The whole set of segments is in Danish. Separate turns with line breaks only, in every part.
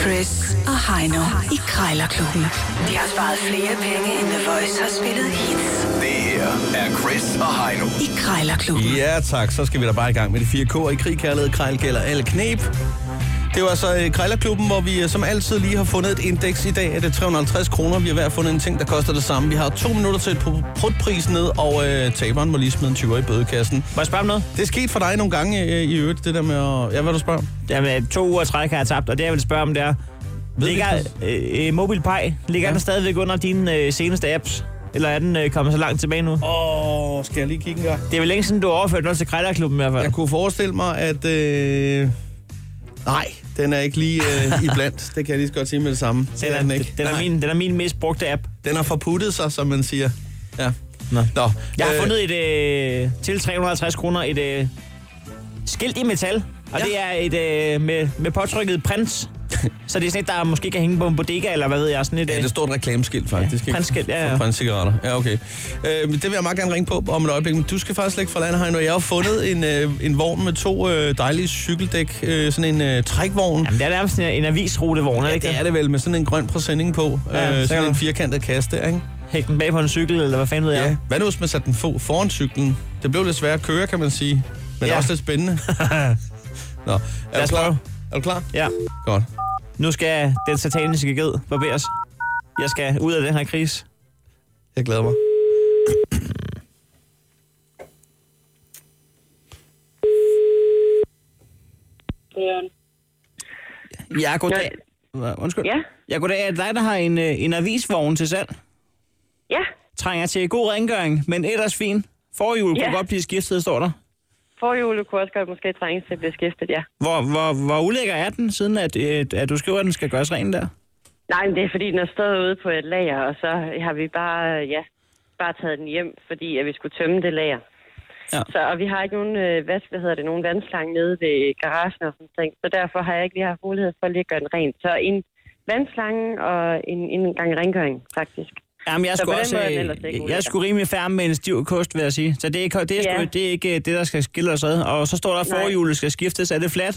Chris og Heino i Krejlerklubben. De har sparet flere penge, end The Voice har spillet hits
Det her er Chris og Heino.
i Krejlerklubben.
Ja tak, så skal vi da bare i gang med de fire K'er i krig, kærlighed, krejl, gælder alle knep. Det var så øh, Krejlerklubben, hvor vi øh, som altid lige har fundet et indeks. I dag er det 350 kroner. Vi har hver fundet en ting, der koster det samme. Vi har to minutter til at putte prutprisen ned, og øh, taberen må lige smide en 20 i bødekassen.
Må jeg spørge om noget?
Det er sket for dig nogle gange øh, i øvrigt, det der med at... Ja, hvad du spørger?
Jamen, øh, to uger i træk har jeg tabt, og det jeg vil spørge om, det er...
Ved vi
Ligger
ikke
øh, øh, MobilePay, ligger
Ja.
ja. den stadigvæk under dine øh, seneste apps? Eller er den øh, kommet så langt tilbage nu?
Åh, oh, skal jeg lige kigge en gang?
Det er vel længe siden, du har overført noget til Krejlerklubben i hvert fald.
Jeg kunne forestille mig, at... Øh... Nej, den er ikke lige øh, iblandt. Det kan jeg lige så godt sige med det samme. Det
Den er,
den
den, den, er
Nej.
min, den er min mest brugte app.
Den har forputtet sig, som man siger. Ja.
Nå.
Nå.
Jeg har
øh,
fundet et, øh, til 350 kroner et øh, skilt i metal, og
Ja.
ja. det er et øh, med, med påtrykket prins. så det er sådan et, der måske kan hænge på en bodega, eller hvad ved jeg, sådan et... øh,
Ja, det er et stort reklameskilt, faktisk. ikke?
printskilt, ja, ja.
For cigaretter. Ja, okay. Øh, men det vil jeg meget gerne ringe på om et øjeblik, men du skal faktisk lægge for landet, Heino. Jeg har fundet en, øh, en vogn med to øh, dejlige cykeldæk, øh, sådan en øh, trækvogn.
Jamen, det er nærmest en, en avisrutevogn, er det ikke
Det er det vel, med sådan en grøn præsending på.
Ja,
øh, sådan
sikkert.
en firkantet kaste, ikke?
Hæk den bag på en cykel, eller hvad fanden ved jeg?
Ja. Hvad nu, hvis man satte den fo- foran cyklen? Det blev lidt svært at køre, kan man sige. Men ja.
Ja.
også lidt spændende. Nå, er
Lad
du
os
klar?
prøve.
Er du klar?
Ja.
Godt.
Nu skal den sataniske ged barberes. Jeg skal ud af den her kris.
Jeg glæder mig.
Jørgen.
Ja, goddag. Hva- Undskyld.
Ja.
Ja, goddag. Er det dig, der har en, øh, en avisvogn til salg?
Ja,
Trænger til god rengøring, men ellers fin. Forhjul ja.
Ja.
kunne godt blive skiftet, står der.
forhjulet kunne også godt måske trænge til at blive skiftet, ja.
Hvor, hvor, hvor ulækker er den, siden at, øh, at du skriver, at den skal gøres ren der?
Nej, men det er fordi, den har stået ude på et lager, og så har vi bare, ja, bare taget den hjem, fordi at vi skulle tømme det lager.
Ja.
Ja. Så, og vi har ikke nogen, øh, hvad, hvad hedder det, nogen vandslange nede ved garagen og sådan ting, så derfor har jeg ikke lige haft mulighed for lige at gøre den ren. Så en vandslange og en, en gang rengøring, faktisk.
Jamen, jeg
Så
skulle
på den
også,
måde er den
øh,
ellers ikke
jeg
ulækker.
skulle rimelig færre med en stiv kost, vil jeg sige. Så det er, ikke- det er, sgu,
Ja.
det er ikke øh, det, der skal skille os ad. Og så står der, at
Nej.
forhjulet skal skiftes. Er det fladt?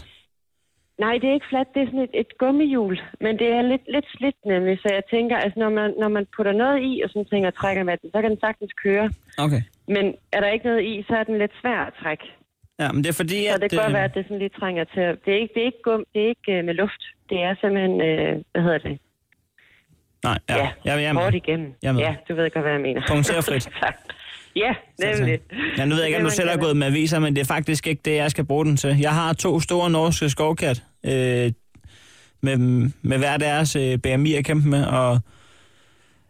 Nej, det er ikke fladt, det er sådan et, et gummihjul, men det er lidt, lidt slidt nemlig, så jeg tænker, altså når man, når man putter noget i og sådan ting og trækker med den, så kan den sagtens køre.
Okay.
Men er der ikke noget i, så er den lidt svær at trække.
Ja, men det er fordi,
Ja,
at...
og det kan godt
øh,
være, at det sådan lige trænger til. at- Det er ikke, det er ikke, gum, det er ikke øh, med luft. Det er simpelthen, øh, hvad hedder det?
Nej, ja. ja. Jamen, jamen.
Hårdt igennem.
Jeg er med.
Ja, du ved godt, hvad jeg mener.
Punkterfrit.
Tak. ja, nemlig.
Ja, nu ved Altså, jeg ikke, om du
Det er
selv har
man
gået med aviser, men det er faktisk ikke det, jeg skal bruge den til. Jeg har to store norske skovkat øh, med, med hver deres øh, BMI at kæmpe med, og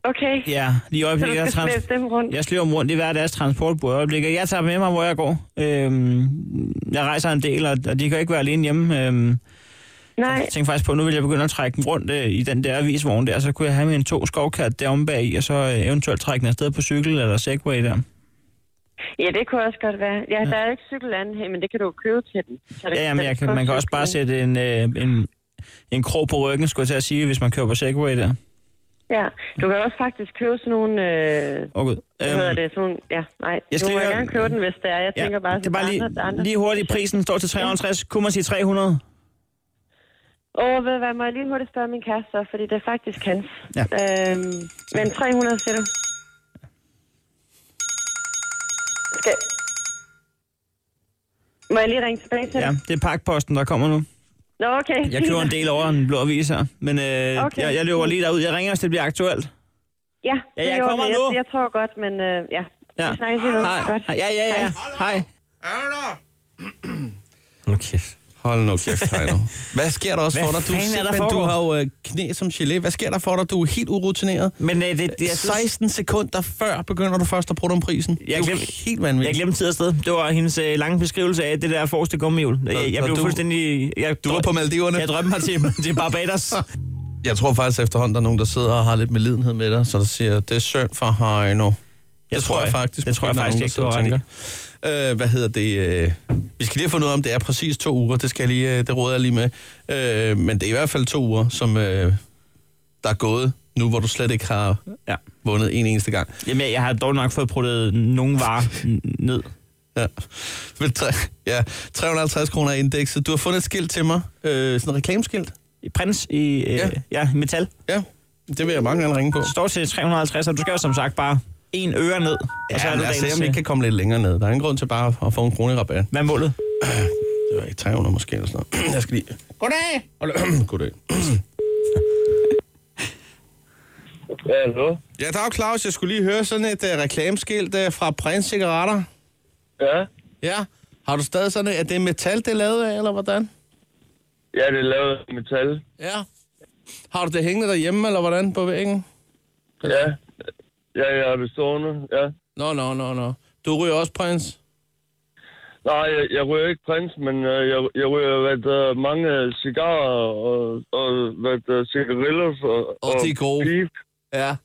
Okay,
ja, lige i
så du
øjeblikket,
skal
jeg, trans-
slæbe dem rundt.
jeg sliver dem rundt i hver deres transportbord i øjeblikket. Jeg tager dem med mig, hvor jeg går. Øh, jeg rejser en del, og, og de kan ikke være alene hjemme. Øh,
Nej,
jeg tænkte faktisk på, at nu vil jeg begynde at trække dem rundt øh, i den der avisvogn der, så kunne jeg have min to skovkat deromme bag i, og så øh, eventuelt trække den afsted på cykel eller segway der.
ja, det kunne også godt være. Ja, der er jo ikke cykelanden her, men det kan du jo købe til den. Så det,
Ja, jamen,
så
jeg
det
kan, man kan også
cyklen.
bare sætte en, øh, en, en krog på ryggen, skulle jeg til at sige, hvis man kører på Segway der.
Ja, du kan også faktisk købe sådan nogle... Øh,
Okay.
hvad hedder det? Sådan, ja, nej.
Øhm, jeg
du
skal
må
lige høre-
gerne købe den, hvis det er. Jeg tænker bare,
det er bare
der
lige,
andre, der andre.
lige hurtigt, prisen står til 350, kunne man sige 300?
Åh, ved du hvad, må jeg lige hurtigt spørge min kæreste, så, fordi det er faktisk hans.
Ja.
Øhm, men 300, siger du? Skal... Må jeg lige ringe tilbage til
Ja,
dig?
det er pakposten, der kommer nu.
Nå, okay.
Jeg køber en del over en blå avis her, men øh, okay.
Okay.
jeg, jeg løber lige derud. Jeg ringer, hvis det bliver aktuelt.
Ja,
Ja,
det
jeg
er i orden.
kommer nu.
Jeg, jeg tror godt, men øh, ja.
Ja.
Vi snakkes lige nu. Godt.
Ja, ja, ja. Hej.
Okay. Hold nu kæft, Heino. Hvad sker der også
Hvad
for dig? Du,
fanden er der
simpelthen- du
foregår?
har jo øh, knæ som gelé. Hvad sker der for dig? Du er helt urutineret.
Men øh, det, det, jeg, synes,
16 sekunder før begynder du først at bruge om prisen.
Jeg
du er
glemte-
helt
jeg
vanvittig.
glemte tid og sted. Det var hendes øh, lange beskrivelse af det der forreste gummihjul. Jeg, jeg
så
blev
du-
fuldstændig... Jeg,
Du var på Maldiverne.
Jeg drømte mig til, til Barbados.
Jeg tror faktisk efterhånden, der er nogen, der sidder og har lidt medlidenhed med dig, så der siger, det er synd for Heino. Det
Jeg tror ikke.
faktisk.
Det tror jeg
der er
faktisk
nogen, der
ikke, du
sidder
har
og tænker. Øh, hvad hedder det? Øh, vi skal lige have fundet ud af, om det er præcis to uger. Det, skal jeg lige, øh, det råder jeg lige med. Øh, men det er i hvert fald to uger, som øh, der er gået nu, hvor du slet ikke har
Ja.
vundet en eneste gang.
Jamen, jeg- jeg har dog nok fået puttet nogle varer n- ned.
Ja. Vel, tre, ja, 350 kroner er indekset. Du har fundet et skilt til mig. Øh, sådan et reklameskilt.
i prins i øh,
Ja.
ja. Ja, metal.
Ja, det vil jeg mange gerne ringe på.
Står til 350, og du skal jo som sagt bare en øre ned.
Ja,
og så er du
lad os se,
dagens,
om vi
øh,
ikke kan komme lidt længere ned. Der er ingen grund til bare at få en krone i rabat.
Hvad er målet?
Det var ikke 300 måske eller sådan noget. Jeg skal lige... Goddag! Hold- Goddag.
Ja, hallo?
Ja, dag Claus. Jeg skulle lige høre sådan et uh, reklameskilt uh, fra Prins Cigaretter.
Ja?
Ja. Har du stadig sådan, at det er metal, det er lavet af, eller hvordan?
Ja, det er lavet af metal.
Ja. Har du det hængende derhjemme, eller hvordan, på væggen?
Ja. Ja, jeg har det stående, ja.
Nå, nå, nå, nå. Du ryger også, prins.
Nej, jeg, jeg ryger ikke prins, men øh, jeg, jeg ryger hvad der, mange cigarer og, og hvad der, cigarillos og,
Og de er gode.
pip.
Ja.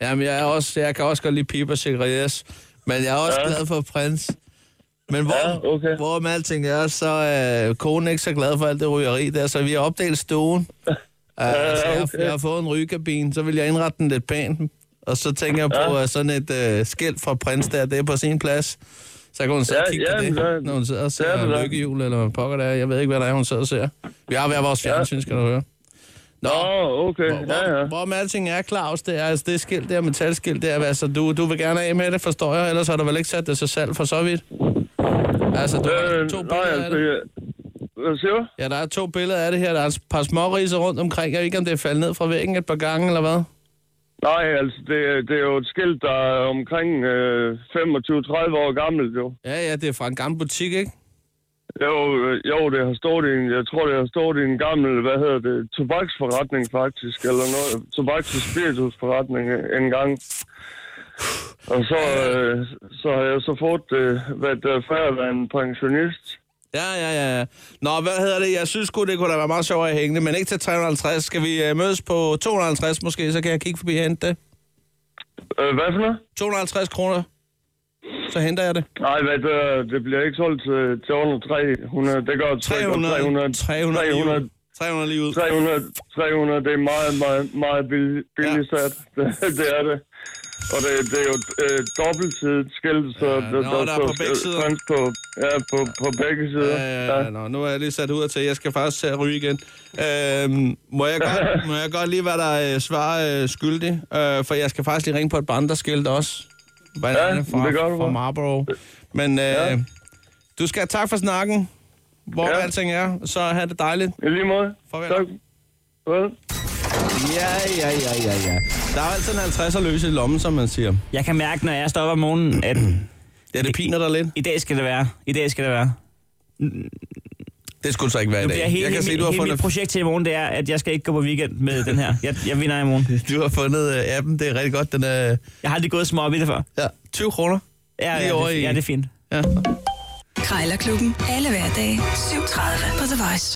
Jamen, jeg, er også, jeg kan også godt lide piber cigarettes, men jeg er også ja.
Ja.
glad for prins. Men hvor,
Ja, okay.
hvor med alting er, så er øh, konen ikke så glad for alt det rygeri der, så vi har opdelt stuen. Uh, altså, jeg, har-
okay.
jeg har fået en rygekabine, så vil jeg indrette den lidt pænt. Og så tænker jeg på ja. sådan et øh, skilt fra prins der, det er på sin plads. Så kan hun sidde
Ja,
og kigge på
ja,
det,
men der-
når hun sidder og
der er det
ser
der.
lykkehjul, eller hvad pokker der er. Jeg ved ikke, hvad der er, hun sidder og ser. Vi har hver vores fjernsyn, skal du høre. Nå,
Åh, oh, okay.
hvor,
Ja, ja.
hvor, hvor med alting er, Claus, det er altså det skilt der, metalskilt der, altså du, du vil gerne af med det, forstår jeg, ellers har du vel ikke sat det sig selv for så vidt? Altså, du har to
Øh, nej,
billeder af
altså,
det.
jeg, hvad siger du?
Ja, der er to billeder af det her, der er et par småriser rundt omkring, jeg ved ikke, om det er faldet ned fra væggen et par gange, eller hvad?
Nej, altså, det, er- det er jo et skilt, der er omkring øh, 25-30 år gammelt, jo.
Ja, ja, det er fra en gammel butik, ikke?
Jo, øh, jo, det har stået i en, jeg tror, det har stået i en gammel, hvad hedder det, tobaksforretning faktisk, eller noget, tobaks- og spiritusforretning en gang. Og så, øh, så har jeg så fået det, hvad det er, før jeg var en pensionist.
Ja, ja, ja, ja. Nå, hvad hedder det? Jeg synes sgu, det kunne da være meget sjovt at hænge det, men ikke til 350. Skal vi øh, mødes på 250 måske, så kan jeg kigge forbi og hente det.
Øh, hvad for noget?
250 kroner, så henter jeg det.
Nej, hvad det, er, det bliver ikke solgt til, til under 300, det gør
300, 300, 300, 300,
300,
300 lige ud.
300, 300, det er meget, meget, meget billig, billig
Ja.
ja. sat. Det, det er det. Og det, det er jo et øh, dobbeltsidigt skilt, så
Ja,
ja,
nå,
der,
der er
står
på begge
sk-
sider.
prins på, ja, på, på begge sider.
Ja, ja, ja. Nå, nu er jeg lige sat ud af til, jeg skal faktisk til at ryge igen. Øhm, må, jeg godt, må jeg godt lige være der øh, svar øh, skyldig? Øh, for jeg skal faktisk lige ringe på et par andre skilt også. Hvad
Ja,
er det fra,
det gør du
fra
bare.
Marlboro. Men øh, ja. du skal have tak for snakken. Hvor ja.
Ja.
alting er, så have det dejligt.
I lige måde.
Farvel.
Tak. Farvel.
Ja, ja, ja, ja, ja. Der er jo altid en 50 at løse i lommen, som man siger.
Jeg kan mærke, når jeg står op om morgenen, at
Ja, det piner dig lidt.
i dag skal det være. I dag skal det være.
Det skulle så ikke være i
Nu bliver
dag.
hele,
Jeg kan se,
mit,
du har
hele mit
fundet,
projekt til i morgen, det er, at jeg skal ikke gå på weekend med den her. Jeg, jeg vinder i morgen.
du har fundet øh, appen. Det er rigtig godt. Den er
Jeg har aldrig gået så meget op i det før.
ja, 20 kroner.
Ja,
Lige
ja,
over i-
det, ja, det er fint.
Ja.
Krejlerklubben. Alle hverdage. 7.30 på The Voice.